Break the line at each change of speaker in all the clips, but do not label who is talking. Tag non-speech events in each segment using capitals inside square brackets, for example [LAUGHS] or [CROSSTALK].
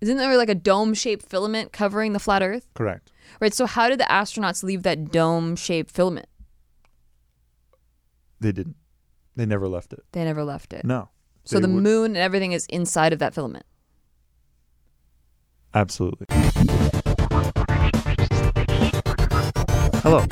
Isn't there like a dome shaped filament covering the flat Earth?
Correct.
Right. So how did the astronauts leave that dome shaped filament?
They didn't. They never left it.
They never left it.
No.
so
They
the
would-
moon and everything is inside of that filament.
Absolutely. Hello.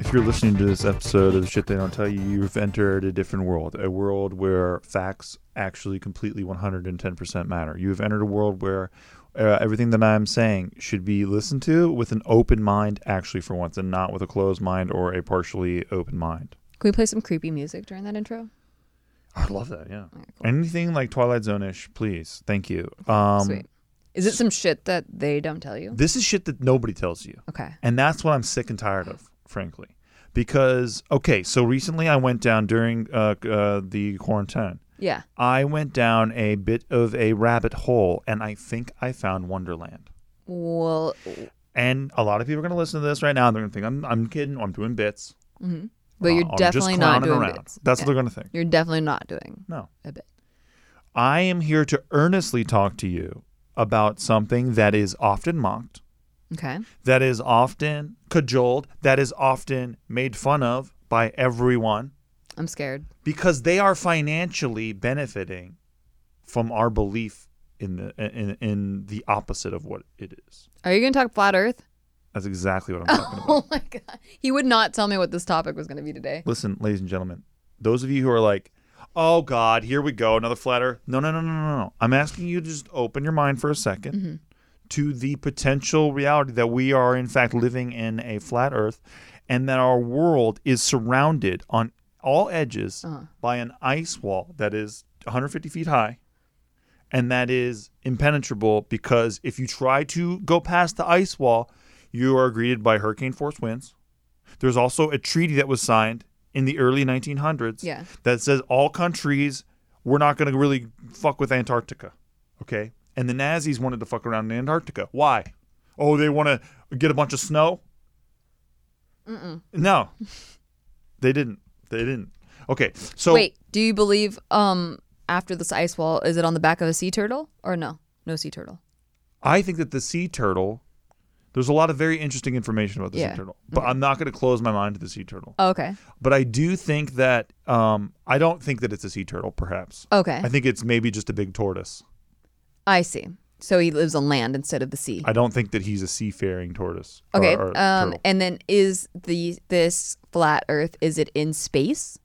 If you're listening to this episode of Shit They Don't Tell You, you've entered a different world, a world where facts actually completely 110% matter. You have entered a world where uh, everything that I'm saying should be listened to with an open mind, actually, for once, and not with a closed mind or a partially open mind.
Can we play some creepy music during that intro?
[LAUGHS] I love that, yeah.
Alright,
Anything like Twilight Zone ish, please. Thank you. Um,
Sweet. Is it some shit that they don't tell you?
This is shit that nobody tells you.
Okay.
And that's what I'm sick and tired of, frankly. Because, okay, so recently I went down during uh, uh, the quarantine.
Yeah.
I went down a bit of a rabbit hole, and I think I found Wonderland.
Well,
And a lot of people are going to listen to this right now. They're going to think, I'm, I'm kidding. I'm doing bits.
but you're
Uh, I'm just
definitely not
clowning
doing
around.
bits.
That's
Yeah.
what they're going to think.
You're definitely not doing
No.
a bit.
I am here to earnestly talk to you about something that is often mocked,
Okay.
that is often cajoled, that is often made fun of by everyone.
I'm scared.
because they are financially benefiting from our belief in the in, in the opposite of what it is.
Are you going to talk flat earth?
That's exactly what I'm talking about.
[LAUGHS] Oh my god. He would not tell me what this topic was going to be today.
Listen, ladies and gentlemen, those of you who are like, "Oh God, here we go, another flatter." No, no, no, no, no, no. I'm asking you to just open your mind for a 2nd to the potential reality that we are in fact living in a flat Earth, and that our world is surrounded on all edges by an ice wall that is 150 feet high. and that is impenetrable because if you try to go past the ice wall, you are greeted by hurricane force winds. There's also a treaty that was signed in the early 1900s
Yeah.
that says all countries we're not going to really fuck with Antarctica, okay? And the Nazis wanted to fuck around in Antarctica. Why? Oh, they want to get a bunch of snow. Mm-mm.
[LAUGHS]
No, they didn't. They didn't. Okay, so
Wait, do you believe um after this ice wall is it on the back of a sea turtle or no? No sea turtle.
I think that the sea turtle. There's a lot of very interesting information about the
Yeah. Mm-hmm.
sea turtle, but I'm not going to close my mind to the sea turtle.
Oh, okay.
But I do think that um, I don't think that it's a sea turtle. Perhaps
Okay.
I think it's maybe just a big tortoise.
I see. So he lives on land instead of the sea.
I don't think that he's a seafaring tortoise. or-
Okay.
or
um,
turtle.
and then is the this flat Earth is it in space,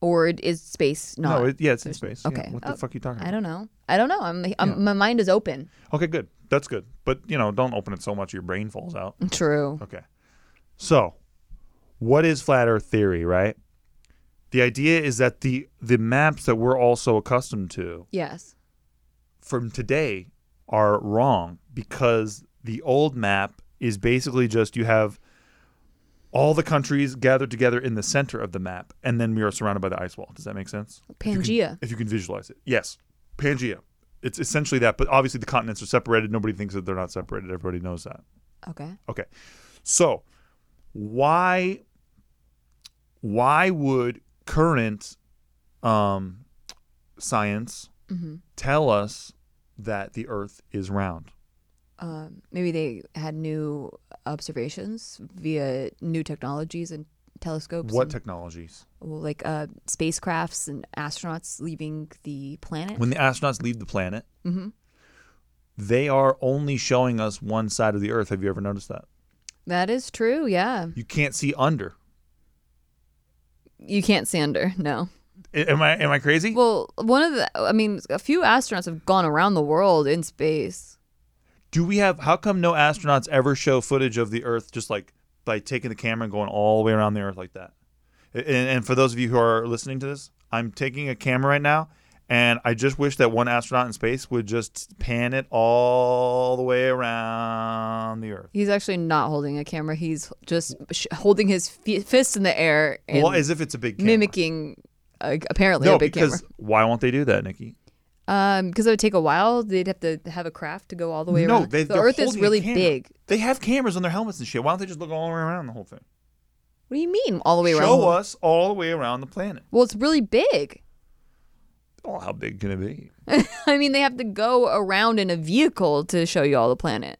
or is space not?
no, it, yeah, it's in space. Yeah,
okay.
what the
Oh,
fuck are you talking?
I
about?
don't know. I don't know. I'm, I'm my mind is open.
Okay, good. That's good. But you know, don't open it so much your brain falls out.
Mm. True.
Okay. So, what is flat earth theory, right? The idea is that the the maps that we're also accustomed to
Yes.
from today are wrong because the old map is basically just you have all the countries gathered together in the center of the map and then we are surrounded by the ice wall. Does that make sense?
Pangea.
If you can visualize it. Yes. Pangea. It's essentially that, but obviously the continents are separated. Nobody thinks that they're not separated. Everybody knows that.
Okay.
Okay. So, why why would current um, science tell us that the Earth is round?
Um, maybe they had new observations via new technologies and telescopes.
What
and-
technologies?
well, like uh, spacecrafts and astronauts leaving the planet.
When the astronauts leave the planet,
hmm
they are only showing us one side of the Earth. Have you ever noticed that?
That is true. Yeah.
You can't see under.
You can't see under. No.
I- Am I am I crazy?
Well, one of the, I mean, a few astronauts have gone around the world in space.
Do we have? How come no astronauts ever show footage of the Earth just like by taking the camera and going all the way around the Earth like that? And, and for those of you who are listening to this, I'm taking a camera right now, and I just wish that one astronaut in space would just pan it all the way around the Earth.
He's actually not holding a camera. He's just sh- holding his fi- fist in the air and
well, as if it's a big camera.
mimicking, uh, apparently,
No,
a big
because
camera.
why won't they do that, Nikki?
Um, because it would take a while. They'd have to have a craft to go all the way
no,
around.
they,
the
they're
Earth is
holding a
really
camera.
big.
They have cameras on their helmets and shit. Why don't they just look all the way around the whole thing?
What do you mean all the way around?
Show us all the way around the planet.
Well, it's really big.
Well, how big can it be?
[LAUGHS] I mean, they have to go around in a vehicle to show you all the planet.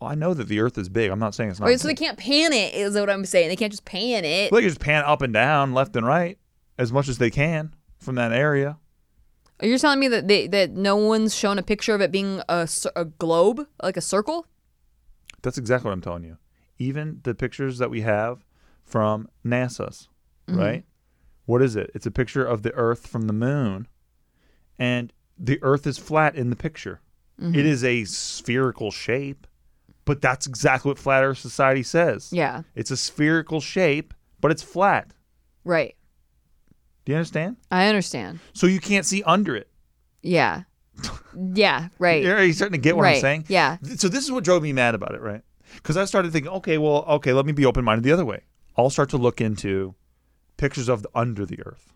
Well, I know that the Earth is big. I'm not saying it's not.
Or so they
big.
can't pan it, is what I'm saying. They can't just pan it.
Well, they can just pan up and down, left and right, as much as they can from that area.
You're telling me that they, that no one's shown a picture of it being a, cir- a globe, like a circle?
That's exactly what I'm telling you. Even the pictures that we have from NASA's,
Mm-hmm.
right? What is it? It's a picture of the Earth from the moon, and the Earth is flat in the picture.
Mm-hmm.
It is a spherical shape, but that's exactly what Flat Earth Society says.
Yeah.
It's a spherical shape, but it's flat.
Right.
Do you understand?
I understand.
So you can't see under it.
[LAUGHS] Yeah. yeah. Right.
Are you starting to get what I'm
Right,
saying?
yeah.
Th- So this is what drove me mad about it, right? Because I started thinking, okay, well, okay, let me be open minded the other way. I'll start to look into pictures of the under the earth.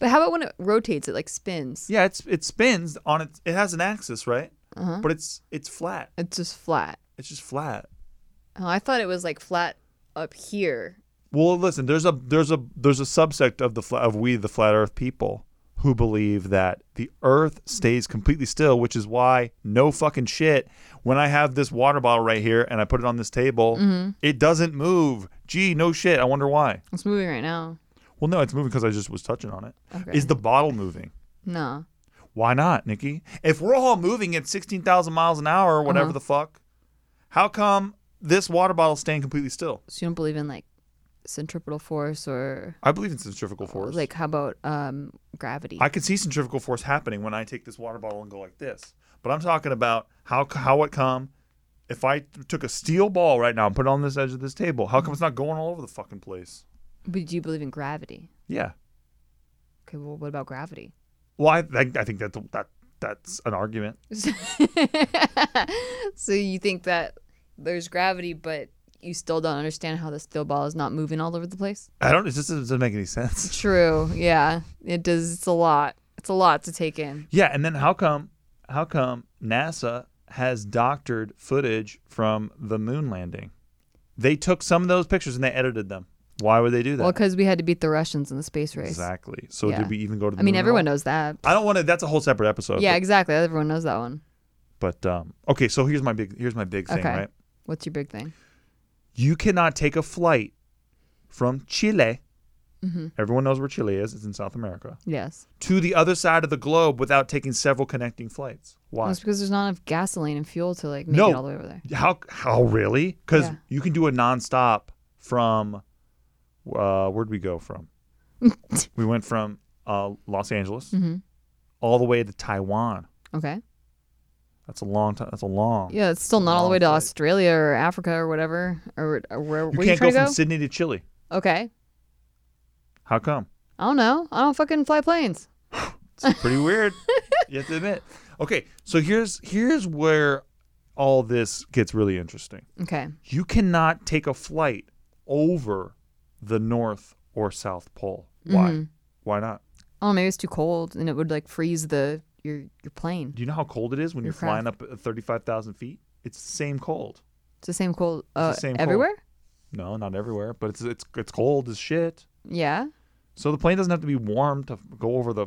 But how about when it rotates? It like spins.
Yeah, it's it spins on its it has an axis, right?
Uh-huh.
But it's it's flat.
It's just flat.
It's just flat.
Oh, I thought it was like flat up here.
Well, listen, there's a there's a there's a subsect of the fla- of we the flat earth people who believe that the earth stays completely still, which is why no fucking shit when I have this water bottle right here and I put it on this table,
Mm-hmm.
it doesn't move. Gee, no shit. I wonder why.
It's moving right now.
Well, no, it's moving because I just was touching on it. Is
Okay.
the bottle moving?
No.
Why not, Nikki? If we're all moving at 16,000 miles an hour or
Uh-huh.
whatever the fuck, how come this water bottle's staying completely still?
So you don't believe in like centripetal force or
I believe in centrifugal force.
like how about um gravity?
I could see centrifugal force happening when I take this water bottle and go like this. But I'm talking about how how it come. If I t- took a steel ball right now and put it on this edge of this table, how come it's not going all over the fucking place?
but do you believe in gravity?
Yeah.
Okay, well what about gravity? [LAUGHS]
Well, I, I, I think that that that's an argument.
So you think that there's gravity but you still don't understand how the steel ball is not moving all over the place?
I don't. It just doesn't make any sense. [LAUGHS]
True. Yeah. It does it's a lot. It's a lot to take in.
Yeah, and then how come how come NASA has doctored footage from the moon landing? They took some of those pictures and they edited them. Why would they do that?
Well, because we had to beat the Russians in the space race.
exactly. So
Yeah.
did we even go to the
I mean,
moon at all?
everyone knows that.
I don't want to. That's a whole separate episode.
Yeah, exactly. Everyone knows that one.
But, but, um, okay, so here's my big here's my big thing.
Okay.
Right,
What's your big thing?
you cannot take a flight from Chile.
Mm-hmm.
Everyone knows where Chile is. It's in South America.
Yes.
To the other side of the globe without taking several connecting flights. Why?
That's because there's not enough gasoline and fuel to like make
No.
it all the way over there.
How? How really? Because
Yeah.
you can do a nonstop from. Uh, where'd we
[LAUGHS]
go from? we went from uh, Los Angeles
Mm-hmm.
all the way to Taiwan.
Okay.
That's a long time. That's a long.
Yeah, it's still not all the
Long
way to
flight.
Australia or Africa or whatever or, or where.
You
where
can't
you
go
trying
from
to
Sydney to Chile.
go? Okay.
How come?
I don't know. I don't fucking fly planes.
It's pretty
[LAUGHS]
weird. you have to admit. Okay, so here's here's where all this gets really interesting.
Okay.
You cannot take a flight over the North or South Pole. Why?
Mm-hmm.
Why not?
Oh, maybe it's too cold and it would like freeze the your your plane.
Do you know how cold it is when you're
Your craft.
flying up at 35,000 feet? It's the same cold.
It's the same cold uh,
same cold.
everywhere.
No, not everywhere, but it's it's it's cold as shit.
Yeah.
So the plane doesn't have to be warm to go over the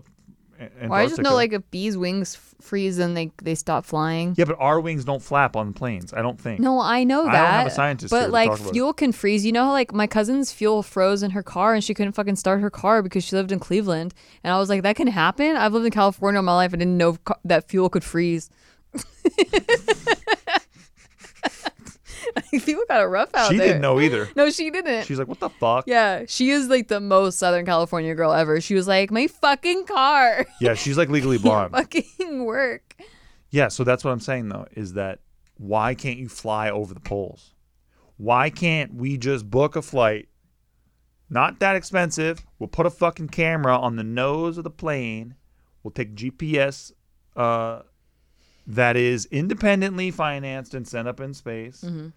A- Antarctica.
Well, I just know like if bees' wings f- freeze and they they stop flying.
Yeah, but our wings don't flap on planes. I don't think.
No, I know
I don't
that.
have a scientist
but
here to
like
talk about it.
fuel can freeze. You know how like my cousin's fuel froze in her car and she couldn't fucking start her car because she lived in Cleveland. And I was like, that can happen. I've lived in California all my life. I didn't know ca- that fuel could freeze. [LAUGHS] People got it rough out
she
there. [LAUGHS]
didn't know either.
No, she didn't.
She's like, "What the fuck?"
yeah, she is like the most Southern California girl ever. She was like, my fucking car [LAUGHS]
Yeah, she's like legally blonde.
fucking work.
Yeah, so that's what I'm saying though is that why can't you fly over the poles? Why can't we just book a flight? Not that expensive. We'll put a fucking camera on the nose of the plane. We'll take GPS uh, that is independently financed and sent up in space,
Mm-hmm.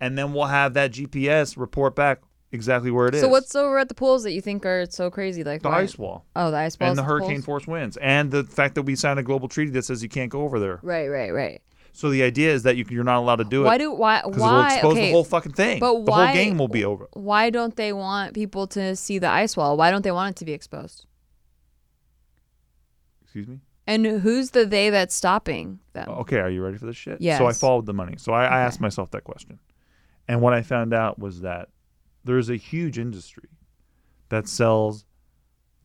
and then we'll have that GPS report back exactly where it is.
So what's over at the pools that you think are so crazy? Like
the
why-
ice wall
Oh, the ice balls.
and the
at
hurricane
pools?
force winds and the fact that we signed a global treaty that says you can't go over there?
Right, right, right.
So the idea is that you, you're not allowed to do it.
Why do why
Because it'll
why
expose
okay?
the whole fucking thing.
but
the
why-
whole game will be over.
why don't they want people to see the ice wall? Why don't they want it to be exposed?
Excuse me.
And who's the they that's stopping them?
Okay, are you ready for this shit? So I
Yes.
followed the money. So I, I asked myself that question. And what I found out was that there's a huge industry that sells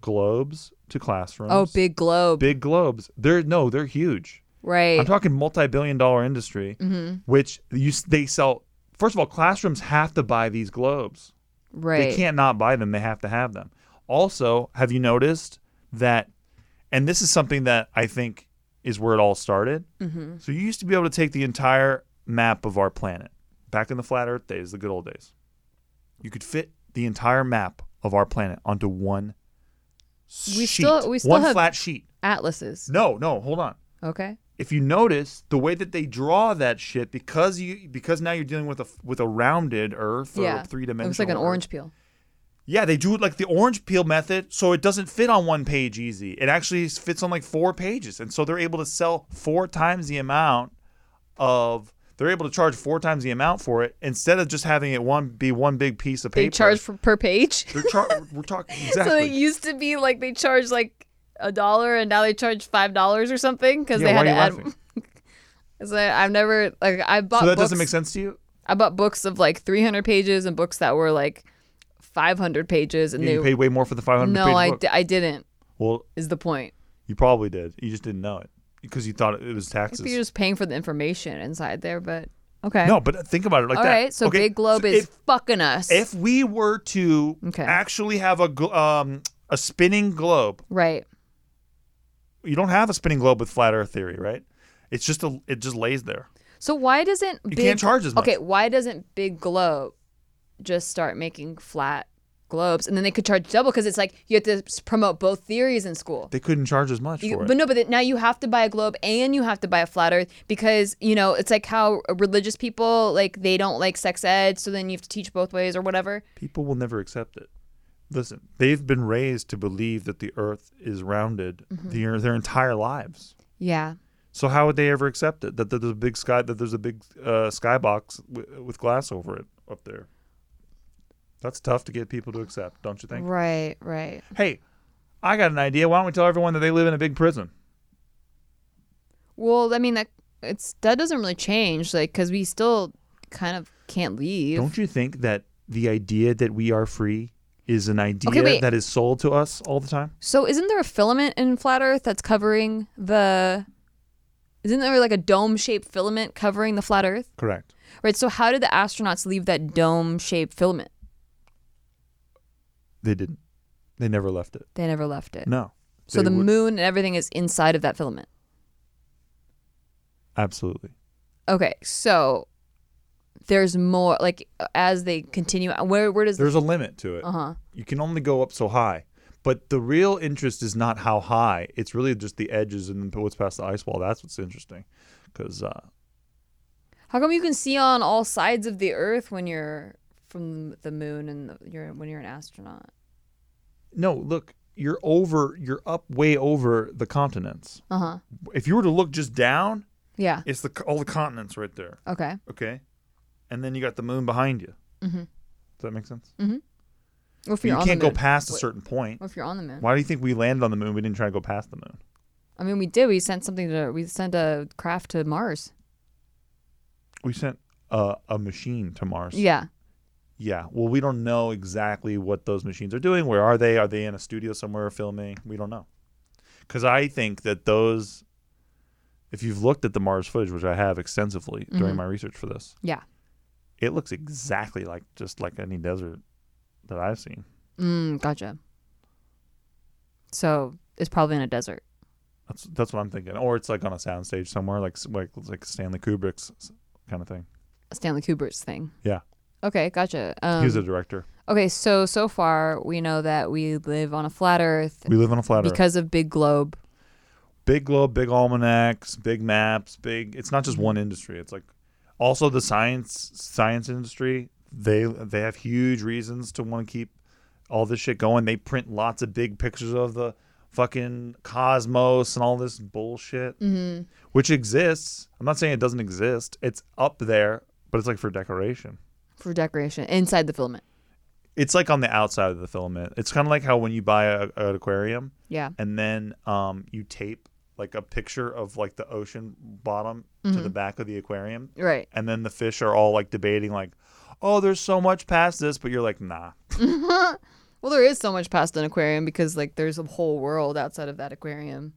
globes to classrooms.
Oh, big globe.
big globes. They're no, they're huge.
right. Mm-hmm.
I'm talking multi-billion dollar industry,
Mm.
which you s- they sell. First of all, classrooms have to buy these globes.
right.
They can't not buy them. They have to have them. Also, have you noticed that? And this is something that I think is where it all started. Mm-hmm. So you used to be able to take the entire map of our planet back in the flat Earth days, the good old days. You could fit the entire map of our planet onto one
We
sheet,
still- we still
one
have-
flat sheet.
Atlases.
No, no, hold on
Okay.
if you notice the way that they draw that shit because you because now you're dealing with a with a rounded earth or
yeah.
three
It
dimensional
looks like an orange peel.
yeah they do it like the orange peel method so it doesn't fit on one page easy it actually fits on like four pages and so they're able to sell four times the amount of they're able to charge four times the amount for it instead of just having it one be one big piece of paper
They charge for, per page.
[LAUGHS]
[LAUGHS]
they're char- we're talking
So
exactly
it used to be like they charged like a dollar, and now they charge five dollars or something because
Yeah,
they had
why
to
are
add.
you
[LAUGHS]
laughing?
Because I- I've never like I bought.
so that
books,
doesn't make sense to you
I bought books of like 300 pages and books that were like 500 pages, and
Yeah, you
they
paid way more for the 500
no,
page
I,
book.
di- I didn't.
well
Is the point?
you probably did you just didn't know it because you thought it was taxes
You're just paying for the information inside there, but okay.
No, but think about it like
All
that.
right, so
Okay,
Big Globe
so
is
If,
fucking us.
if we were to
Okay.
actually have a gl- um a spinning globe,
right.
you don't have a spinning globe with flat Earth theory, right? It's just a it just lays there.
So why doesn't you
can't charge as much.
Okay, why doesn't Big Globe just start making flat globes and then they could charge double because it's like you have to s- promote both theories in school.
They couldn't charge as much
You-
for it.
but no, but then now you have to buy a globe and you have to buy a flat Earth because you know it's like how religious people like they don't like sex ed, so then you have to teach both ways or whatever.
People will never accept it. Listen, they've been raised to believe that the Earth is rounded
Mm-hmm.
their their entire lives.
Yeah,
So how would they ever accept it that there's a big sky that there's a big uh, skybox w- with glass over it up there? That's tough to get people to accept, don't you think?
right, right.
hey, I got an idea. Why don't we tell everyone that they live in a big prison?
Well, I mean that it's that doesn't really change, like because we still kind of can't leave.
Don't you think that the idea that we are free is an idea
wait.
that is sold to us all the time?
So isn't there a filament in flat Earth that's covering the? Isn't there like a dome-shaped filament covering the flat Earth?
Correct.
Right. So how did the astronauts leave that dome-shaped filament?
They didn't. They never left it.
They never left it.
No.
so
They
the
would-
moon and everything is inside of that filament.
Absolutely.
Okay. So there's more. Like as they continue, where where does
There's a limit to it.
uh-huh.
You can only go up so high. But the real interest is not how high. It's really just the edges and what's past the ice wall. That's what's interesting. Because uh,
How come you can see on all sides of the Earth when you're from the moon and the, you're when you're an astronaut?
no, look, you're over. You're up way over the continents.
Uh huh.
If you were to look just down,
Yeah.
it's the all the continents right there.
Okay.
Okay. And then you got the moon behind you. Mm-hmm. Does that make sense?
What if
you
you're on the
can't go
moon?
past a
What-
certain point.
What if you're on the moon?
Why do you think we landed on the moon? We didn't try to go past the moon.
I mean, we did. We sent something to. We sent a craft to Mars.
We sent uh, a machine to Mars.
Yeah.
Yeah. Well, we don't know exactly what those machines are doing. Where are they? Are they in a studio somewhere filming? We don't know. Because I think that those, if you've looked at the Mars footage, which I have extensively
Mm-hmm.
during my research for this,
Yeah.
it looks exactly like just like any desert that I've seen.
Mm, gotcha. So it's probably in a desert.
That's that's what I'm thinking. Or it's like on a soundstage somewhere, like like like Stanley Kubrick's kind of thing.
Stanley Kubrick's thing.
Yeah,
Okay, gotcha.
he was a
Um,
director.
okay, so so far we know that we live on a flat Earth
We live on a flat earth.
because of big globe.
Big globe, big almanacs, big maps, big. It's not just one industry. It's like also the science science industry. They they have huge reasons to want to keep all this shit going. They print lots of big pictures of the fucking cosmos and all this bullshit, mm-hmm. which exists. I'm not saying it doesn't exist. It's up there, but it's like for decoration.
for decoration inside the filament.
it's like on the outside of the filament. It's kind of like how when you buy a, an aquarium
Yeah.
and then um, you tape like a picture of like the ocean bottom
Mm-hmm.
to the back of the aquarium,
Right.
and then the fish are all like debating like, "Oh, there's so much past this," but you're like, "Nah."
Well, there is so much past an aquarium because like there's a whole world outside of that aquarium.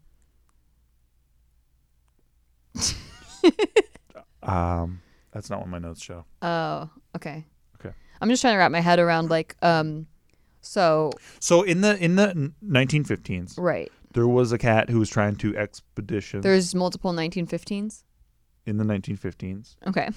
Um, that's not what my notes show.
Oh, okay.
Okay.
I'm just trying to wrap my head around like um so
So in the in the n- 1915s,
right.
there was a cat who was trying to expedition
There's multiple 1915s.
in the 1915s.
Okay.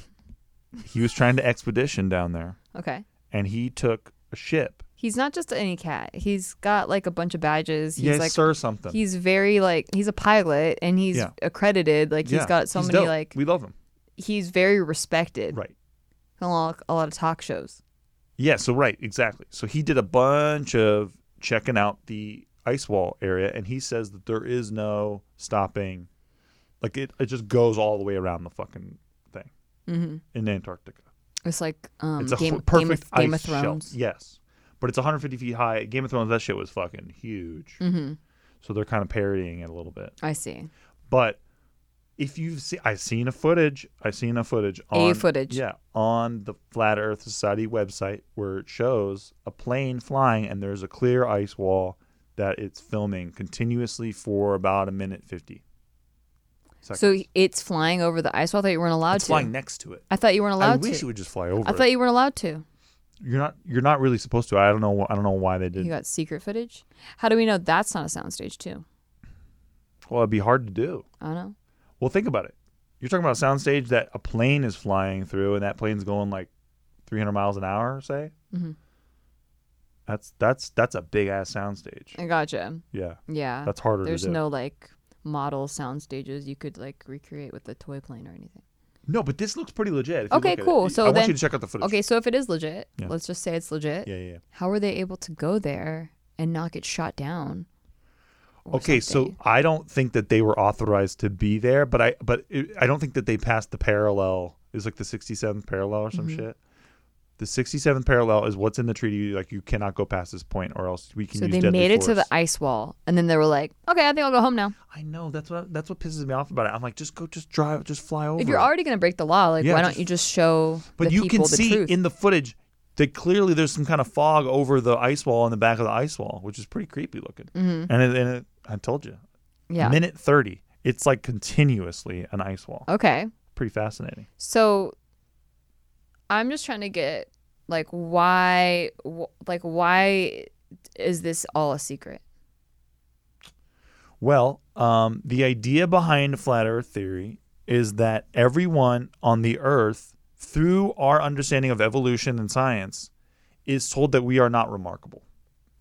He was trying to expedition down there,
Okay.
and he took a ship.
He's not just any cat. He's got like a bunch of badges. He's
yes,
like
sir, something.
he's very like he's a pilot and he's
Yeah.
accredited. Like he's
Yeah,
got so
he's
many
dope.
like
we love him,
he's very respected.
right?
on A lot, a lot of talk shows.
Yeah, so right, exactly. So he did a bunch of checking out the ice wall area, and he says that there is no stopping. Like it, it just goes all the way around the fucking thing
Mm-hmm.
in Antarctica.
It's like um
it's a
game,
hu- perfect
game of, Game of
ice shelf.
Thrones.
Yes, but it's 150 feet high. Game of Thrones, that shit was fucking huge.
Mm-hmm.
So they're kind of parodying it a little bit.
I see.
But if you've seen, I've seen a footage. I've seen a footage
A
on
footage.
Yeah, on the Flat Earth Society website where it shows a plane flying and there's a clear ice wall that it's filming continuously for about a minute fifty. Seconds.
So it's flying over the ice wall. I thought you weren't allowed
it's
to.
flying next to it.
I thought you weren't
I
allowed
wish it
to.
would just fly over.
I
it.
thought you weren't allowed to.
you're not. You're not really supposed to. I don't know. wh- I don't know why they did.
You got secret footage. How do we know that's not a soundstage too?
Well, it'd be hard to do.
I don't know.
Well, think about it. You're talking about a soundstage that a plane is flying through, and that plane's going like 300 miles an hour, say.
Mhm.
That's that's that's a big ass soundstage.
I gotcha.
Yeah,
Yeah.
that's harder
There's
to do.
no like model sound stages you could like recreate with a toy plane or anything.
No, but this looks pretty legit. if you
Okay,
look at it.
cool.
I
So
want
then-
you to check out the footage.
Okay, so if it is legit,
Yeah.
let's just say it's legit.
Yeah, yeah. yeah.
How were they able to go there and not get shot down? or
Okay,
something?
so I don't think that they were authorized to be there, but I but it, I don't think that they passed the parallel. Is like the 67th parallel or
Mm-hmm.
some shit. The 67th parallel is what's in the treaty. Like you cannot go past this point, or else we can.
so
use
they
deadly
made it to
force.
the ice wall, and then they were like, "Okay, I think I'll go home now."
I know that's what that's what pisses me off about it. I'm like, just go, just drive, just fly over.
If you're
it.
already gonna break the law, like
Yeah,
why don't
just-
you just show
but
the
you
people
can
the
see
truth?
in the footage that clearly there's some kind of fog over the ice wall in the back of the ice wall, which is pretty creepy looking. Mm-hmm. And, it, and it, I told you,
yeah.
minute thirty, it's like continuously an ice wall.
Okay.
Pretty fascinating.
So I'm just trying to get like why wh- like why is this all a secret?
Well, um, the idea behind flat Earth theory is that everyone on the Earth, through our understanding of evolution and science, is told that we are not remarkable,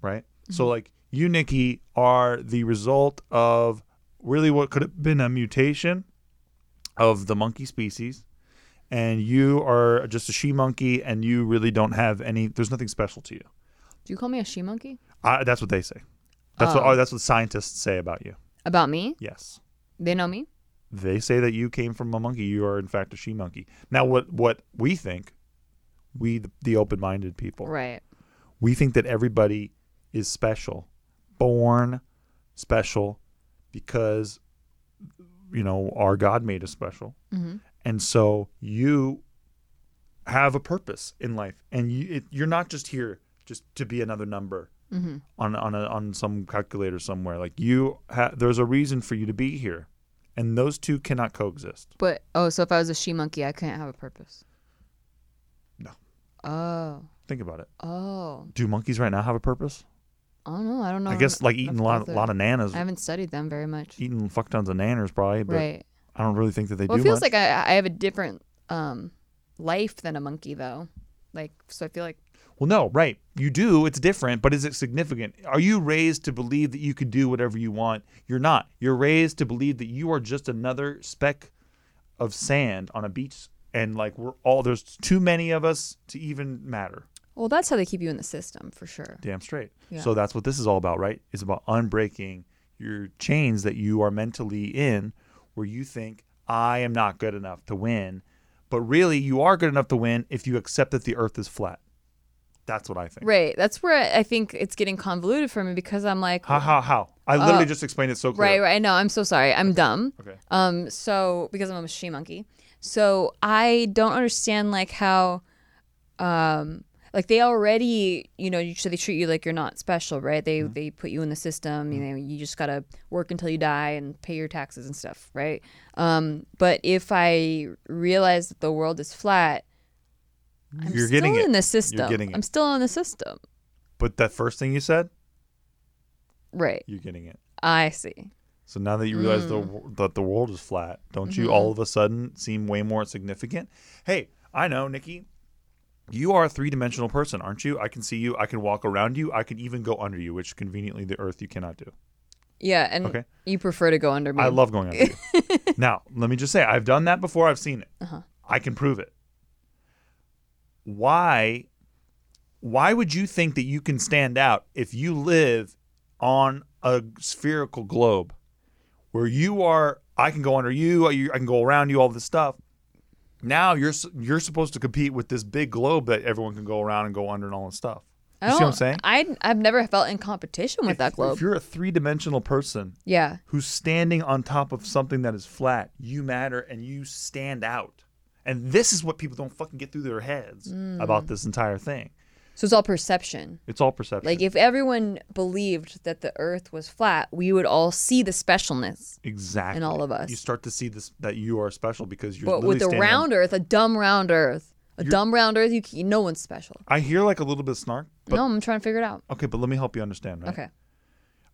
right? So, like you, Nikki, are the result of really what could have been a mutation of the monkey species, and you are just a she monkey, and you really don't have any. There's nothing special to you.
Do you call me a she monkey?
I, that's what they say. That's what oh, that's what scientists say about you.
About me?
Yes.
They know me?
they say that you came from a monkey. You are in fact a she monkey. Now, what what we think, we the, the open minded people,
Right.
we think that everybody is special, born special, because you know our God made us special,
Mhm.
and so you have a purpose in life, and you it, you're not just here just to be another number
Mhm.
on on a, on some calculator somewhere. Like you, ha- there's a reason for you to be here, and those two cannot coexist.
But oh, so if I was a she monkey, I couldn't have a purpose.
No.
Oh.
Think about it.
Oh.
Do monkeys right now have a purpose?
I don't know. I don't know.
I guess like eating a lot, lot of nanas,
I haven't studied them very much.
eating fuck tons of nanas probably, but
Right.
I don't really think that they
Well,
do
it feels
much.
like I, I have a different um life than a monkey though. Like so I feel like
well, no, right. You do. It's different, but is it significant? Are you raised to believe that you could do whatever you want? You're not. You're raised to believe that you are just another speck of sand on a beach, and like we're all there's too many of us to even matter.
well, that's how they keep you in the system for sure.
Damn straight.
Yeah.
So that's what this is all about, right? It's about unbreaking your chains that you are mentally in where you think, I am not good enough to win. But really, you are good enough to win if you accept that the earth is flat. That's what I think.
Right. That's where I- I think it's getting convoluted for me because I'm like,
Ha ha how? I literally just explained it so clear.
Uh, right, right. No, I'm so sorry. I'm dumb.
Okay.
Um. So because I'm a machine monkey, so I don't understand like how, um, like they already, you know, you, so they treat you like you're not special, right? They
Mm-hmm.
they put you in the system. You know, you just gotta work until you die and pay your taxes and stuff, right? Um. But if I realize that the world is flat, I'm
You're
still
getting it.
in the system.
getting it.
I'm still in the system.
But that first thing you said,
Right.
you're getting it.
I see.
So now that you realize the
Mm.
wo- that the world is flat, don't you all
Mm-hmm.
of a sudden seem way more significant? Hey, I know, Nikki. You are a three-dimensional person, aren't you? I can see you. I can walk around you. I can even go under you, which conveniently the Earth you cannot do.
Yeah, and
Okay.
you prefer to go under me.
I love going under you.
[LAUGHS]
now, let me just say, I've done that before. I've seen it.
Uh-huh.
I can prove it. Why? Why would you think that you can stand out if you live on a spherical globe where you are? I can go under you. you- I can go around you. All this stuff. Now you're s- you're supposed to compete with this big globe that everyone can go around and go under and all this stuff.
I
You see what I'm
don't-
saying?
I I've never felt in competition with that globe.
If you're a three dimensional person,
yeah,
who's standing on top of something that is flat. You matter and you stand out. And this is what people don't fucking get through their heads
Mm.
about this entire thing.
so it's all perception.
It's all perception.
Like if everyone believed that the Earth was flat, we would all see the specialness.
exactly.
in all of us.
You start to see this that you are special because you're
But with a
literally standing on-
round Earth, a dumb round Earth, a dumb round Earth, you, c no one's special.
I hear like a little bit of snark, but
no, I'm trying to figure it out.
okay, but let me help you understand, right?
Okay,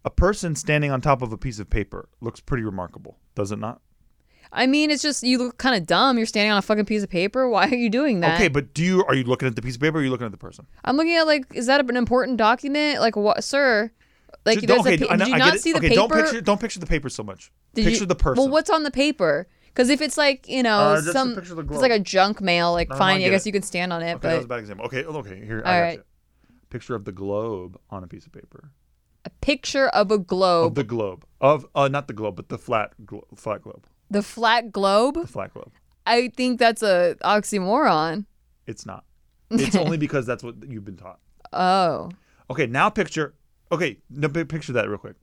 A person standing on top of a piece of paper looks pretty remarkable, does it not?
I mean it's just you look kind of dumb. You're standing on a fucking piece of paper. Why are you doing that?
Okay, but do you are you looking at the piece of paper or are you looking at the person?
I'm looking at like, is that an important document? Like what, sir? Like
Ju-
there's
okay,
a pa-
I know-
did you
I get
not
it.
see the
okay,
paper?
don't picture don't picture the paper so much.
Did you-
picture the person.
Well, what's on the paper? Because if it's like you know
Uh, that's the
some,
picture of the
if
globe.
it's like a junk mail. Like
No, no, I
fine, I
get
guess
it.
you can stand on it,
Okay, that was a
but
bad example. Okay, oh, okay, here.
All
I got
right.
you. Picture of the globe on a piece of paper.
a picture of a globe,
Of the globe. Of uh, not the globe, but the flat glo- flat globe.
the flat globe.
The flat globe.
I think that's a oxymoron.
It's
[LAUGHS]
not. It's only because that's what you've been taught.
Oh,
Okay, now picture. Okay, no, pi- picture that real quick.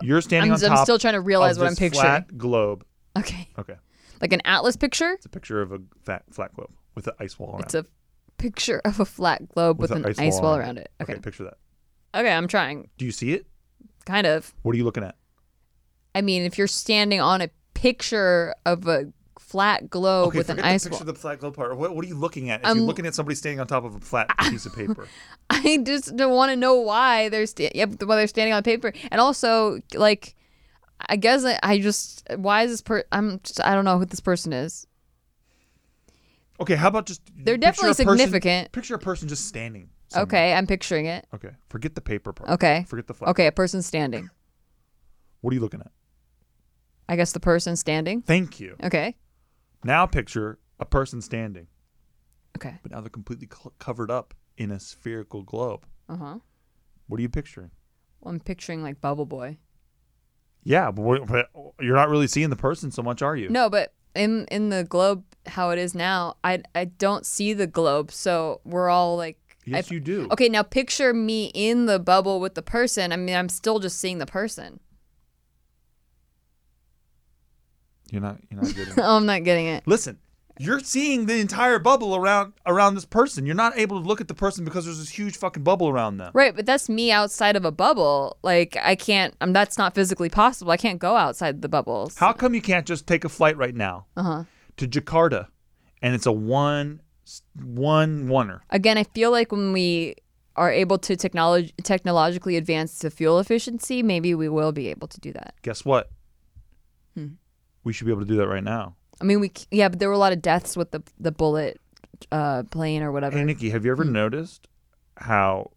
You're standing
I'm,
on
I'm
top.
still trying to realize
of
what I'm
this
picturing.
Flat globe.
Okay, [LAUGHS]
Okay,
like an atlas picture.
it's a picture of a fat flat globe with an ice wall around.
It's a picture of a flat globe with, an ice, wall, around it.
Okay.
Okay.
picture that.
okay, I'm trying.
Do you see it?
Kind of.
What are you looking at?
I mean, if you're standing on a picture of a flat globe
Okay,
with an
forget the
ice Um,
picture
wall,
of the flat globe part. What, what are you looking at? If
I'm-
you're looking at somebody standing on top of a flat piece
[LAUGHS]
of paper.
I just don't want to know why they're sta- yep, why they're standing on paper, and also like, I guess I, I just why is this per? I'm just, I don't know who this person is.
Okay, how about just
They're
picture
definitely
a person-
significant.
Picture a person just standing. somewhere.
Okay, I'm picturing it.
Okay. Forget the paper part.
Okay.
Forget the flag.
Okay, a person standing.
What are you looking at?
I guess the person standing.
Thank you.
Okay.
Now picture a person standing,
Okay.
but now they're completely cl- covered up in a spherical globe.
Uh huh.
What are you picturing?
Well, I'm picturing like Bubble Boy.
Yeah, but, what- but you're not really seeing the person so much, are you?
No, but in in the globe how it is now, I I don't see the globe, so we're all like.
Yes,
I've-
you do.
Okay, now picture me in the bubble with the person. I mean, I'm still just seeing the person.
You're not. You're not getting.
[LAUGHS]
it.
Oh, I'm not getting it.
Listen, you're seeing the entire bubble around around this person. You're not able to look at the person because there's this huge fucking bubble around them.
Right, but that's me outside of a bubble. Like I can't. I'm. That's not physically possible. I can't go outside the bubbles.
How come you can't just take a flight right now
Uh huh.
to Jakarta, and it's a one one oneer?
Again, I feel like when we are able to technolog- technologically advance to fuel efficiency, maybe we will be able to do that.
Guess what? We should be able to do that right now.
I mean, we. c- Yeah, but there were a lot of deaths with the the bullet uh, plane or whatever.
Hey Nikki, have you ever noticed how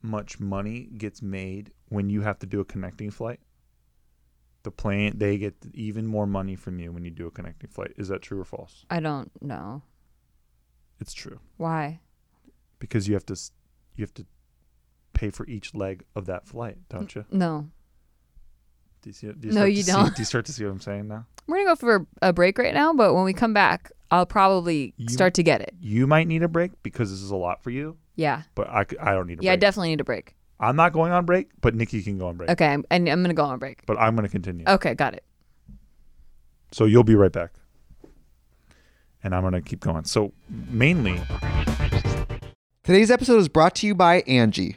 much money gets made when you have to do a connecting flight? The plane they get even more money from you when you do a connecting flight. Is that true or false?
I don't know
It's true
why.
because you have to s- you have to pay for each leg of that flight, don't you?
No,
Do you see? Do you
No,
start
you
to see-
don't.
do you start to see what I'm saying now?
we're gonna go for a break right now. But when we come back, I'll probably
You-
start to get it.
you might need a break because this is a lot for you.
Yeah.
But I, c- I don't need a
Yeah, I
break.
definitely need a break.
I'm not going on break, but Nikki can go on break.
Okay, Oh. I'm, and I'm gonna go on a break.
But I'm going to continue.
Okay, got it.
So you'll be right back. And I'm going to keep going. So mainly,
Today's episode is brought to you by Angie.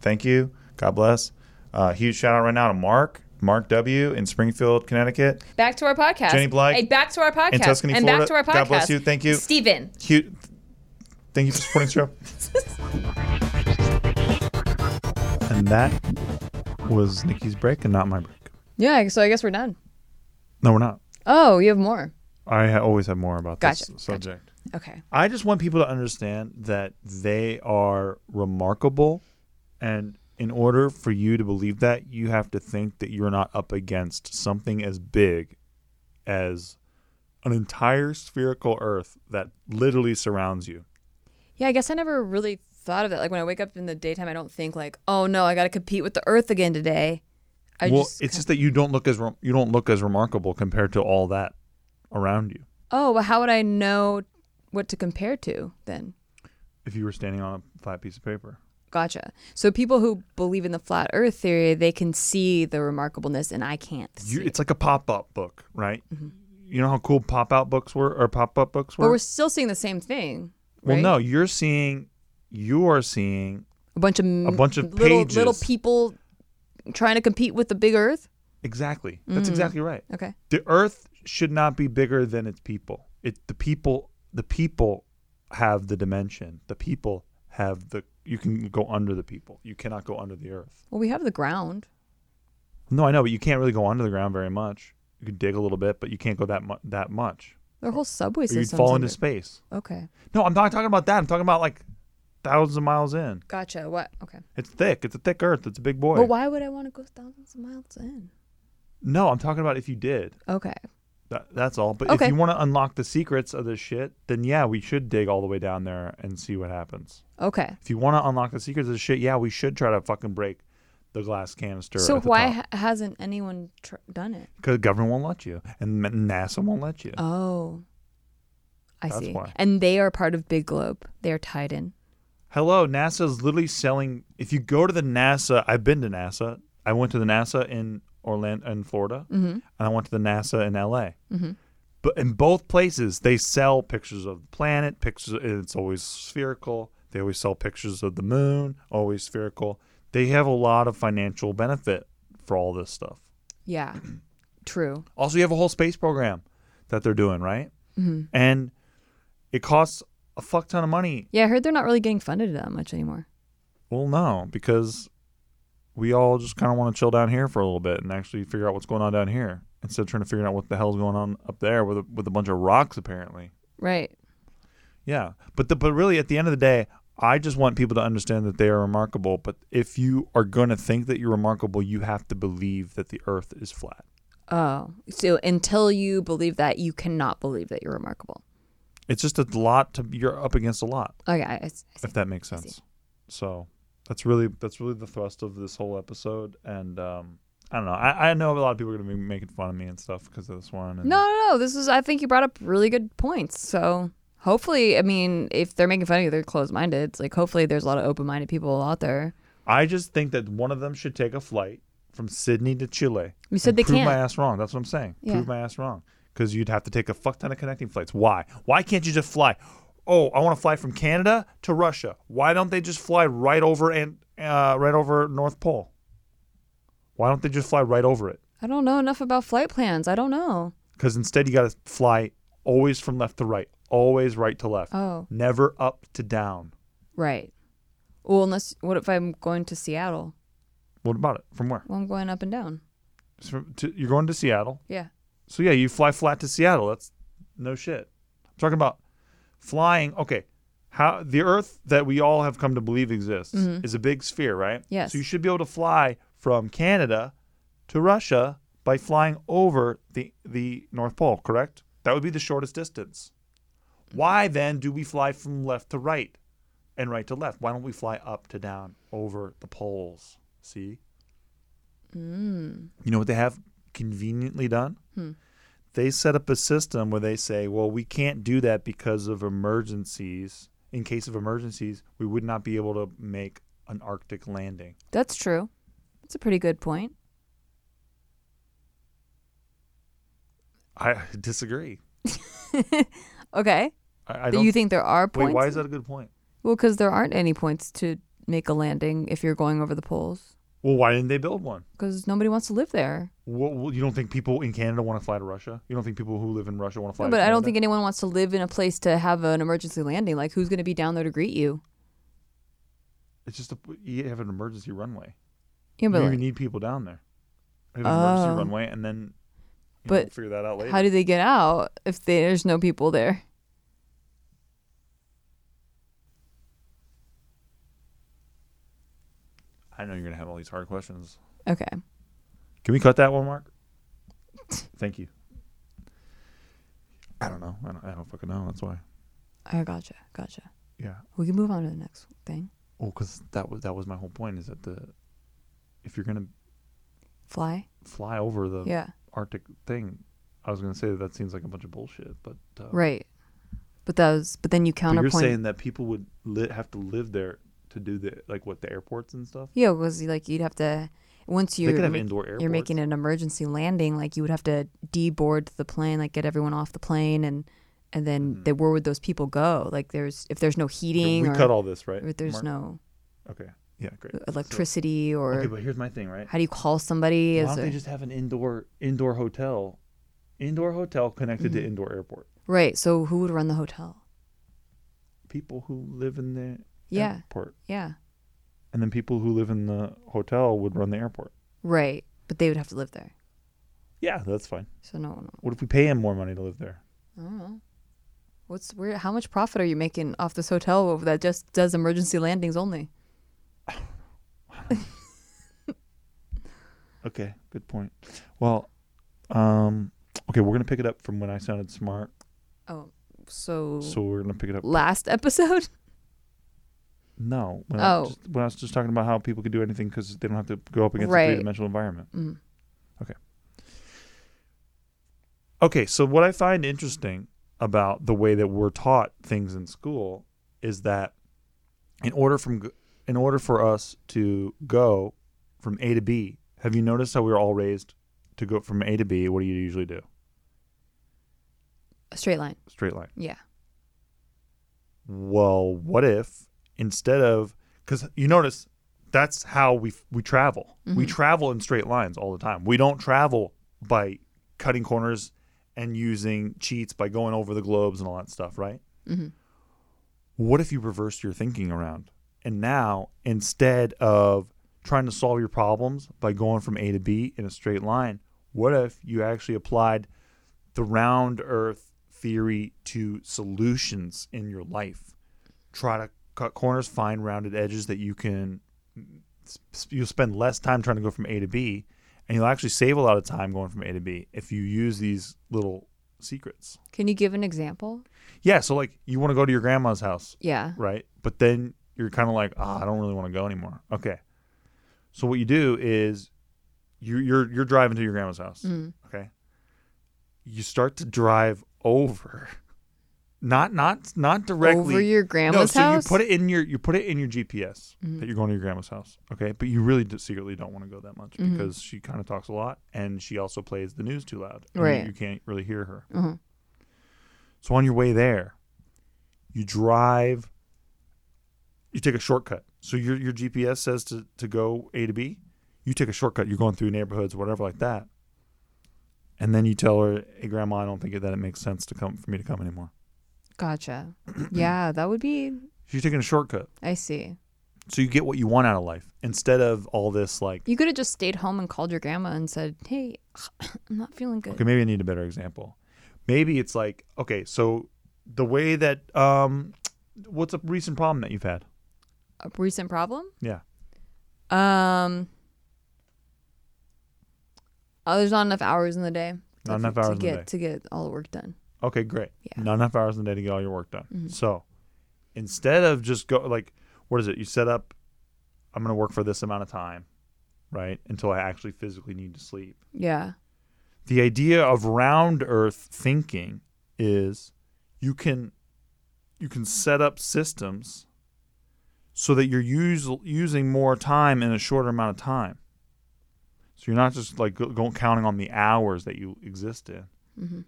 Thank you. God bless. Uh, huge shout out right now to Mark, Mark W. in Springfield, Connecticut.
Back to our podcast,
Jenny Blythe
Hey, back to our podcast,
in Tuscany,
and
Florida.
back to our podcast.
God bless you. Thank you.
Steven.
Huge. Thank you for supporting the show. and that was Nikki's break and not my break.
Yeah, so I guess we're done.
No, we're not.
Oh, you have more.
I ha- always have more about
Gotcha,
this
gotcha.
subject.
Okay.
I just want people to understand that they are remarkable. And in order for you to believe that, you have to think that you're not up against something as big as an entire spherical Earth that literally surrounds you.
Yeah, I guess I never really thought of that. Like when I wake up in the daytime, I don't think like, oh no, I got to compete with the Earth again today. I
well,
just,
it's just that you don't look as re- you don't look as remarkable compared to all that around you.
oh, well, how would I know what to compare to then?
If you were standing on a flat piece of paper,
Gotcha. So people who believe in the flat Earth theory, they can see the remarkableness, and I can't.
you,
see Mm-hmm. it.
it's like a pop-up book, right? You know how cool pop-out books were or pop-up books were.
but we're still seeing the same thing.
Well,
right?
no, you're seeing, you are seeing
a bunch of a
bunch of
little little
pages.
people trying to compete with the big Earth.
exactly. That's
Mm.
exactly right.
Okay.
The Earth should not be bigger than its people. It the people the people have the dimension. The people have the. You can go under the people. You cannot go under the Earth.
Well, we have the ground.
No, I know, but you can't really go under the ground very much. You can dig a little bit, but you can't go that mu- that much.
Their whole subway
Or
system.
you'd fall into space.
Okay.
No, I'm not talking about that. I'm talking about like thousands of miles in.
Gotcha. What? Okay.
It's thick. It's a thick Earth. It's a big boy.
But why would I want to go thousands of miles in?
No, I'm talking about if you did.
Okay.
That, that's all. But
Okay.
if you want to unlock the secrets of this shit, then yeah, we should dig all the way down there and see what happens.
Okay.
If you want to unlock the secrets of this shit, yeah, we should try to fucking break the glass canister.
So
at the
why ha- hasn't anyone tr- done it?
Because government won't let you, and M- NASA won't let you.
Oh. I
That's
see.
why.
And they are part of Big Globe. They are tied in.
Hello, NASA is literally selling. If you go to the NASA, I've been to NASA. I went to the NASA in Orlando, in Florida,
Mm. Mm-hmm.
and I went to the NASA in LA. But in both places, they sell pictures of the planet. Pictures. It's always spherical. They always sell pictures of the moon. Always spherical. They have a lot of financial benefit for all this stuff.
[CLEARS THROAT] Yeah. True.
Also, you have a whole space program that they're doing, right? And it costs a fuck ton of money
Yeah, I heard they're not really getting funded that much anymore.
Well, no, because we all just kind of want to chill down here for a little bit and actually figure out what's going on down here instead of trying to figure out what the hell's going on up there with a, with a bunch of rocks apparently.
Right.
Yeah, but the, but really at the end of the day, I just want people to understand that they are remarkable. But if you are going to think that you're remarkable, you have to believe that the Earth is flat.
Oh, so until you believe that, you cannot believe that you're remarkable.
It's just a lot to you're up against a lot,
Okay, I, I see.
if that makes sense. So that's really that's really the thrust of this whole episode. And um, I don't know. I, I know a lot of people are going to be making fun of me and stuff because of this one.
[LAUGHS]
And
No, no, no. This is. I think you brought up really good points. So hopefully, I mean, if they're making fun of you, they're closed-minded. It's like hopefully there's a lot of open-minded people out there.
I just think that one of them should take a flight from Sydney to Chile.
You said
and
they
prove my
can't.
ass wrong. That's what I'm saying.
Yeah.
Prove my ass wrong because you'd have to take a fuck ton of connecting flights. Why? Why can't you just fly? Oh, I want to fly from Canada to Russia. Why don't they just fly right over and uh, right over North Pole? Why don't they just fly right over it?
I don't know enough about flight plans. I don't know.
Because instead, you got to fly always from left to right, always right to left,
Oh,
never up to down.
right. Well, unless what if I'm going to Seattle?
What about it? From where?
Well, I'm going up and down.
It's from- to- you're going to Seattle.
Yeah.
So yeah, you fly flat to Seattle. That's no shit. I'm talking about flying. Okay, how the Earth that we all have come to believe exists is a big sphere, right?
Yes.
So you should be able to fly from Canada to Russia by flying over the the North Pole. Correct. That would be the shortest distance. Why then do we fly from left to right and right to left? Why don't we fly up to down over the poles? See. Mm. You know what they have conveniently done? they set up a system where they say, well, we can't do that because of emergencies. In case of emergencies, we would not be able to make an Arctic landing.
That's true. That's a pretty good point.
I [LAUGHS] disagree.
Okay.
I, I
Do
don't.
you think there are points?
wait, why is that a good point?
Well, because there aren't any points to make a landing if you're going over the poles.
Well, why didn't they build one?
Because nobody wants to live there.
Wha- wha- you don't think people in Canada want to fly to Russia? You don't think people who live in Russia want to fly?
No,
to
but I don't
Canada?
think anyone wants to live in a place to have an emergency landing. Like, who's going to be down there to greet you?
it's just a, you have an emergency runway.
Yeah, but
you
like,
need people down there. You have an emergency
Oh.
runway, and then you know,
But
figure that out later.
how do they get out if there's no people there?
I know you're gonna have all these hard questions.
Okay.
Can we cut that one, Mark? Thank you. I don't know. I don't, I don't fucking know. That's why.
I gotcha. Gotcha.
Yeah.
We can move on to the next thing.
Well, because that was that was my whole point is that the if you're gonna
Fly.
fly over the
Yeah.
Arctic thing, I was gonna say that that seems like a bunch of bullshit. But uh,
Right. But that was, but then you
But you're
counterpoint.
saying that people would li- have to live there to do the like what the airports and stuff.
yeah, because like you'd have to, once
they
you're,
could have
ma-
indoor airports.
you're making an emergency landing, like you would have to deboard the plane, like get everyone off the plane and, and then
Mhm.
they- where would those people go? Like there's, if there's no heating
We
or
cut all this right.
if there's
Mark?
no
Okay. Yeah. Great.
electricity or
Okay, but here's my thing, right?
how do you call somebody?
Why
Is
don't they
there-
just have an indoor indoor hotel, indoor hotel connected to indoor airport?
right. So who would run the hotel?
People who live in the
Yeah.
airport,
Yeah.
and then people who live in the hotel would run the airport.
Right. But they would have to live there.
Yeah, that's fine.
So no one.
What if we pay him more money to live there?
I don't know. What's where? How much profit are you making off this hotel that just does emergency landings only?
Okay, good point. Well, um, okay, we're gonna pick it up from when I sounded smart,
Oh, so,
so we're gonna pick it up.
last episode. [LAUGHS]
No, when, I,
Oh.
just, when I was just talking about how people could do anything because they don't have to go up against a
Right.
three-dimensional environment.
Mm.
Okay, so what I find interesting about the way that we're taught things in school is that in order from in order for us to go from A to B, have you noticed how we were all raised to go from A to B? What do you usually do?
A straight line.
Straight line.
Yeah.
Well, what if instead of because you notice that's how we we travel. We travel in straight lines all the time. We don't travel by cutting corners and using cheats by going over the globes and all that stuff, right?
Mhm.
What if you reverse your thinking around and now instead of trying to solve your problems by going from A to B in a straight line. What if you actually applied the round earth theory to solutions in your life? Try to cut corners, find rounded edges that you can s- you'll spend less time trying to go from A to B, and you'll actually save a lot of time going from A to B if you use these little secrets.
Can you give an example?
Yeah, so like you want to go to your grandma's house,
Yeah.
right? But then you're kind of like, ah, I don't really want to go anymore. Okay, so what you do is you, you're you're driving to your grandma's house.
Mm-hmm.
Okay, you start to drive over, not not not directly
Over your
no,
grandma's
so
house? Mm-hmm.
you put it in your you put it in your GPS that you're going to your grandma's house. Okay, but you really d- secretly don't want to go that much
Mm-hmm.
because she kind of talks a lot and she also plays the news too loud. and you-
Right. Uh-huh.
you, can't really hear her. So on your way there, you drive. You take a shortcut. So your your GPS says to to go A to B. You take a shortcut. You're going through neighborhoods, whatever like that. And then you tell her, "Hey, Grandma, I don't think that it makes sense to come for me to come anymore." [CLEARS THROAT]
Gotcha. yeah, that would be.
She's taking a shortcut.
I see.
so you get what you want out of life instead of all this like
You could have just stayed home and called your grandma and said, "Hey, [CLEARS THROAT] I'm not feeling good."
okay maybe i need a better example maybe it's like okay so the way that um what's a recent problem that you've had
A recent problem?
yeah
Um. Oh, there's not enough hours in the day.
Not
to-
enough
to
hours in the
get
day.
to get all the work done.
okay great
Yeah.
not enough hours in the day to get all your work done so instead of just go like what is it you set up i'm going to work for this amount of time right until i actually physically need to sleep
Yeah.
the idea of round earth thinking is you can you can set up systems so that you're use, using more time in a shorter amount of time so you're not just like go, go- counting on the hours that you exist in
Mm-hmm.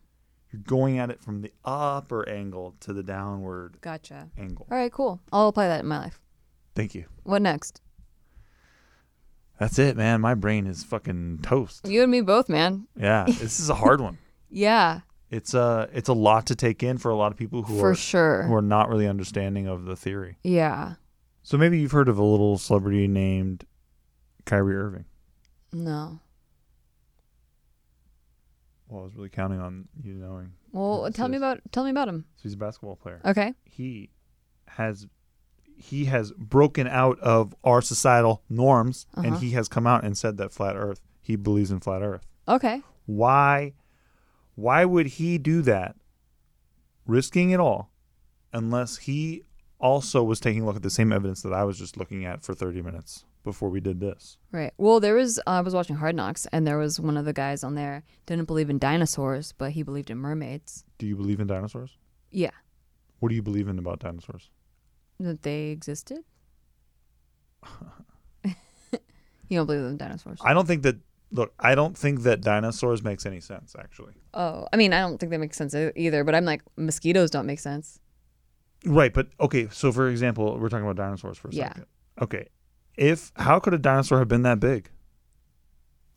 you're going at it from the upper angle to the downward
Gotcha.
angle
All right. Cool. I'll apply that in my life.
thank you
What next?
that's it man my brain is fucking toast
You and me both, man. [LAUGHS]
yeah this is a hard one
Yeah.
it's a it's a lot to take in for a lot of people who
for
are who
sure.
are not really understanding of the theory.
Yeah.
So maybe you've heard of a little celebrity named Kyrie Irving.
No.
Well, I was really counting on you knowing.
Well, tell me
is-
about tell me about him.
So he's a basketball player.
Okay.
He has he has broken out of our societal norms and
Uh-huh.
he has come out and said that flat earth, he believes in flat earth.
Okay.
Why why would he do that? Risking it all unless he also was taking a look at the same evidence that I was just looking at for 30 minutes before we did this.
Right. Well, there was I was watching Hard Knocks, and there was one of the guys on there didn't believe in dinosaurs, but he believed in mermaids.
Do you believe in dinosaurs?
Yeah,
What do you believe in about dinosaurs?
that they existed. [LAUGHS] you don't believe in dinosaurs?
I don't think that. Look, I don't think that dinosaurs makes any sense. Actually,
oh, I mean, I don't think that makes sense e- either. But I'm like, mosquitoes don't make sense.
right? But okay. So, for example, we're talking about dinosaurs for a
Yeah.
second. Okay. If how could a dinosaur have been that big?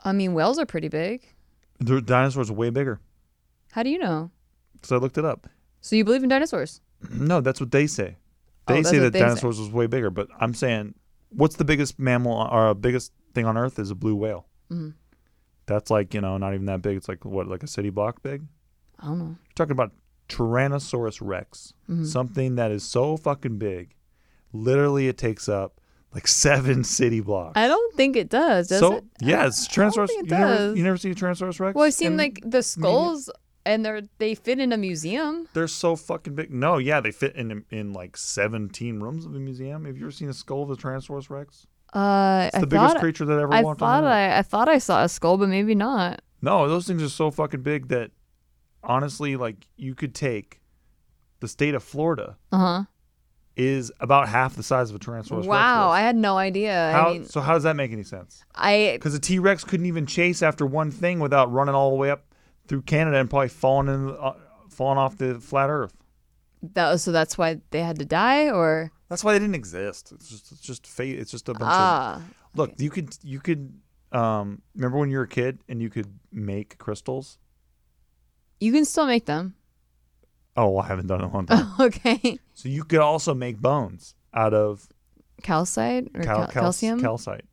I mean, whales are pretty big.
The dinosaurs are way bigger.
How do you know?
So I looked it up.
So you believe in dinosaurs?
No, that's what they say.
Oh,
They
that's
say
what
that
they say.
dinosaurs was way bigger. But I'm saying, what's the biggest mammal or biggest thing on Earth is a blue whale.
Mhm.
That's like you know not even that big. It's like what like a city block big.
I don't know.
You're talking about Tyrannosaurus Rex,
Mm-hmm.
something that is so fucking big. Literally, it takes up like seven [LAUGHS] city blocks.
I don't think it does. Uh, Does
so
it?
yeah, it's Tyrannosaurus.
think it
you, never,
does.
you never see a Tyrannosaurus Rex?
Well, I've seen
in-
like the skulls, and they're they fit in a museum.
they're so fucking big. No, yeah, they fit in in like seventeen rooms of a museum. Have you ever seen a skull of a Tyrannosaurus Rex?
Uh,
It's
I
the
thought
biggest creature that ever
I
walked
thought
on. Earth.
I, I thought I saw a skull, but maybe not.
No, those things are so fucking big that honestly, like you could take the state of Florida
Uh huh.
is about half the size of a Tyrannosaurus Rex.
Wow,
was.
I had no idea.
How,
I mean,
so how does that make any sense?
I
Because a T Rex couldn't even chase after one thing without running all the way up through Canada and probably falling in, uh, falling off the flat Earth.
that was, so that's why they had to die, or
That's why they didn't exist. It's just it's just fate. It's just a bunch of
ah,
look. You could you could um, remember when you were a kid and you could make crystals.
you can still make them.
Oh, well, I haven't done it in a
[LAUGHS]
long time.
okay,
so you could also make bones out of
calcite or
cal-
cal-
cal-
calcium.
calcite.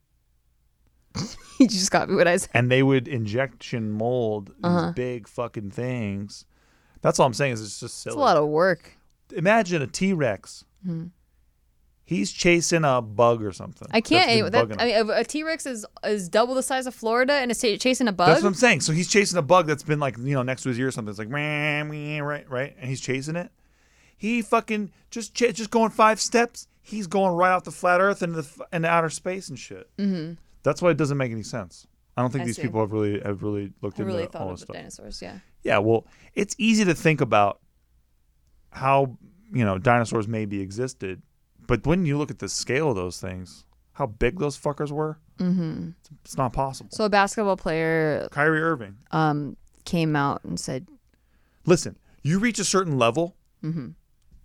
[LAUGHS] you just copy what I said.
and they would injection mold these
Uh-huh.
big fucking things. That's all I'm saying is it's just silly.
It's a lot of work.
Imagine a T Rex. He's chasing a bug or something.
Hmm. I can't. eh,
That's
that-
been bugging him.
I mean, a- a T Rex is is double the size of Florida, and it's ta- chasing a bug.
That's what I'm saying. So he's chasing a bug that's been like you know next to his ear or something. It's like meh, meh, right, right, and he's chasing it. He fucking just ch- just going five steps. He's going right off the flat Earth into the f- into outer space and shit. Mm-hmm. That's why it doesn't make any sense. I don't think
I
these
see.
people have really have really looked
I
into
really
all
thought
this
of the
stuff.
dinosaurs. Yeah.
Yeah, well, it's easy to think about how you know dinosaurs maybe existed, but when you look at the scale of those things, how big those fuckers were, mm-hmm. it's not possible.
So a basketball player
Kyrie Irving,
um, came out and said,
listen, you reach a certain level
mm-hmm,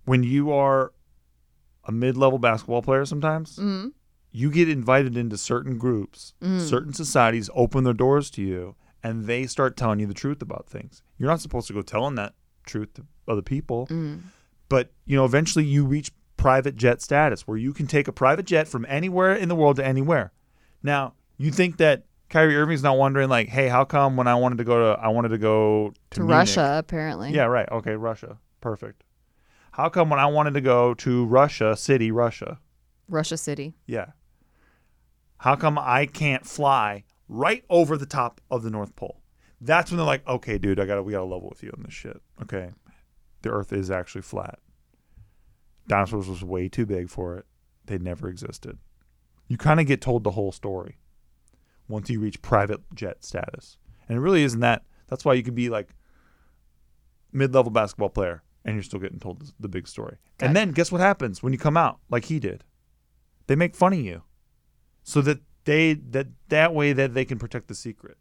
when you are a mid-level basketball player. Sometimes
Mm-hmm.
you get invited into certain groups,
Mm.
certain societies open their doors to you, and they start telling you the truth about things. You're not supposed to go telling that truth to other people,
Mm.
but you know eventually you reach private jet status where you can take a private jet from anywhere in the world to anywhere. Now you think that. Kyrie Irving's not wondering like, hey, how come when I wanted to go to I wanted to go to,
to
Munich,
Russia, apparently.
yeah, right. Okay, Russia. Perfect. How come when I wanted to go to Russia, city, Russia?
Russia City.
Yeah. How come I can't fly right over the top of the North Pole? That's when they're like, okay, dude, I gotta we gotta level with you on this shit. Okay. The earth is actually flat. Dinosaurs was way too big for it. They never existed. You kind of get told the whole story once you reach private jet status. And it really isn't that that's why you could be like mid-level basketball player and you're still getting told the- the big story.
Gotcha.
And then guess what happens when you come out like he did? They make fun of you. So that they that that way that they can protect the secret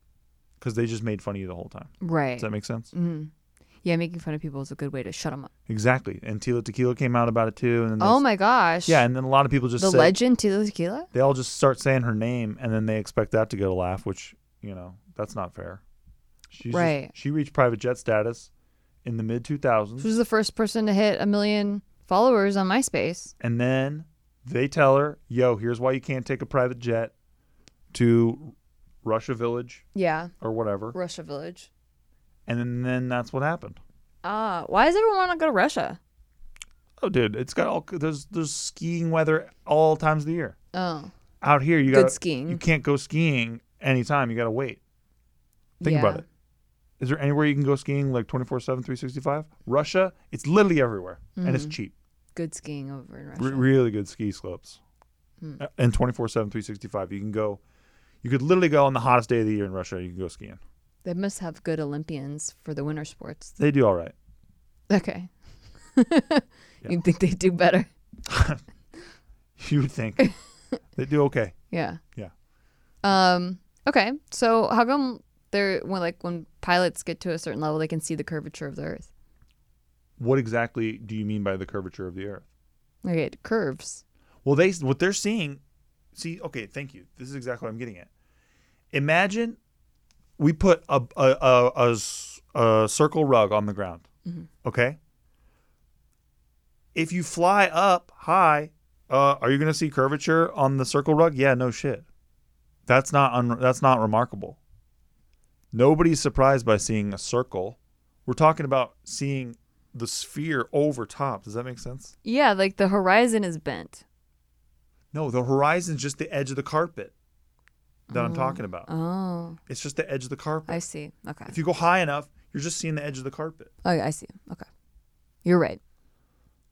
cuz they just made fun of you the whole time.
Right.
Does that make sense?
Mm-hmm. yeah, making fun of people is a good way to shut them up.
Exactly. And Tila Tequila came out about it too and then
Oh
this-
my gosh.
Yeah, and then a lot of people just
the
said-
legend to the tequila?
they all just start saying her name and then they expect that to get a laugh, which, you know, that's not fair. She's just-
Right.
she reached private jet status in the mid 2000s.
She was the first person to hit a million followers on MySpace.
And then they tell her, yo, here's why you can't take a private jet to Russia Village
Yeah.
or whatever.
Russia Village.
And then, then that's what happened.
Ah, why does everyone want to go to Russia?
Oh, dude, it's got all there's there's skiing weather all times of the year.
Oh.
Out here, you
Good
got
skiing.
You can't go skiing anytime. You got to wait. Think about
Yeah.
it. Is there anywhere you can go skiing like 24 7, 365? Russia, it's literally everywhere and
Mm-hmm.
it's cheap.
Good skiing over in Russia.
Re- really good ski slopes.
Hmm.
Uh, And 24 7, 365. You can go, you could literally go on the hottest day of the year in Russia. You can go skiing.
they must have good Olympians for the winter [LAUGHS] sports.
They do all right. [LAUGHS]
Okay. You'd think they'd do better.
You would
[LAUGHS]
think they do okay.
Yeah.
Yeah.
Um. Okay. So how come they're when like when pilots get to a certain level, they can see the curvature of the Earth?
What exactly do you mean by the curvature of the earth?
Like it curves.
Well, they what they're seeing. See, okay, thank you. This is exactly what I'm getting at. Imagine we put a a a, a s- a circle rug on the ground. Okay. If you fly up high, uh, are you going to see curvature on the circle rug? Yeah, no shit. That's not un- that's not remarkable. Nobody's surprised by seeing a circle. We're talking about seeing the sphere over top. Does that make sense?
Yeah. Like the horizon is bent.
No, the horizon's just the edge of the carpet that I'm talking about.
Mm. Oh,
It's just the edge of the carpet.
I see. Okay.
If you go high enough, you're just seeing the edge of the carpet.
Okay, I see. Okay. You're right.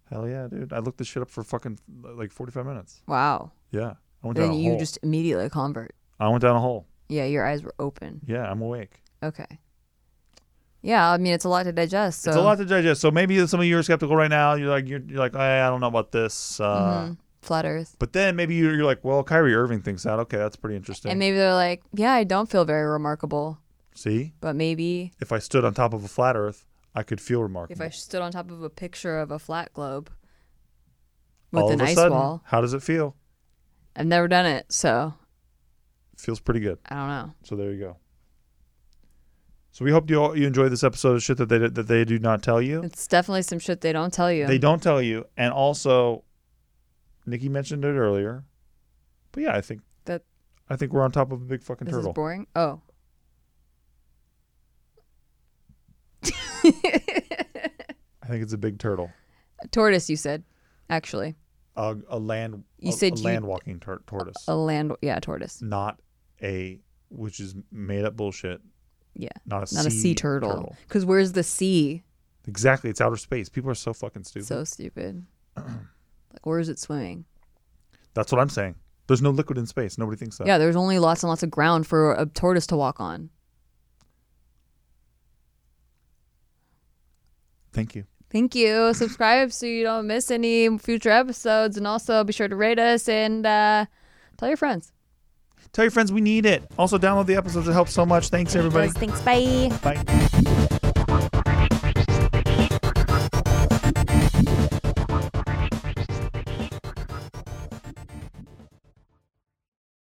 Hell yeah, dude! I looked this shit up for fucking like 45 minutes.
Wow.
Yeah, I went down
Then
a
you
hole.
just immediately convert.
I went down a hole.
Yeah, your eyes were open.
Yeah, I'm awake.
Okay. Yeah, I mean it's a lot to digest. So
It's a lot to digest. So maybe some of you are skeptical right now. You're like, you're, you're like, "Eh, I don't know about this. Uh,
Mhm. flat Earth.
But then maybe you're, you're like, well, Kyrie Irving thinks that. Okay, that's pretty interesting.
And maybe they're like, yeah, I don't feel very remarkable,
See,
but maybe
if I stood on top of a flat Earth, I could feel
if
remarkable.
I stood on top of a picture of a flat globe with
All
an
of a
ice
sudden,
wall,
how does it feel?
I've never done it, so
Feels pretty good.
I don't know.
So there you go. So we hope you all, you enjoy this episode of shit that they that they do not tell you.
It's definitely some shit they don't tell you.
They don't tell you, and also, Nikki mentioned it earlier, but yeah, I think
That-
I think we're on top of a big fucking
This is
turtle.
boring. Oh.
I think it's a big turtle.
Tortoise, you said, actually.
A, a land.
You
a,
said
a
you-
land walking tur- tortoise,
A land, yeah, tortoise.
not a which is made up bullshit.
Yeah.
Not a
Not
sea
a sea turtle. Because where's the sea?
Exactly, it's outer space. People are so fucking stupid.
So [CLEARS THROAT] stupid. like, where is it swimming?
That's what I'm saying. There's no liquid in space. Nobody thinks that.
Yeah, there's only lots and lots of ground for a tortoise to walk on.
Thank you.
Thank you. Subscribe so you don't miss any future episodes. And also be sure to rate us and uh, tell your friends.
Tell your friends we need it. Also, download the episodes. It helps so much. Thanks, everybody.
Thanks. Bye.
Bye.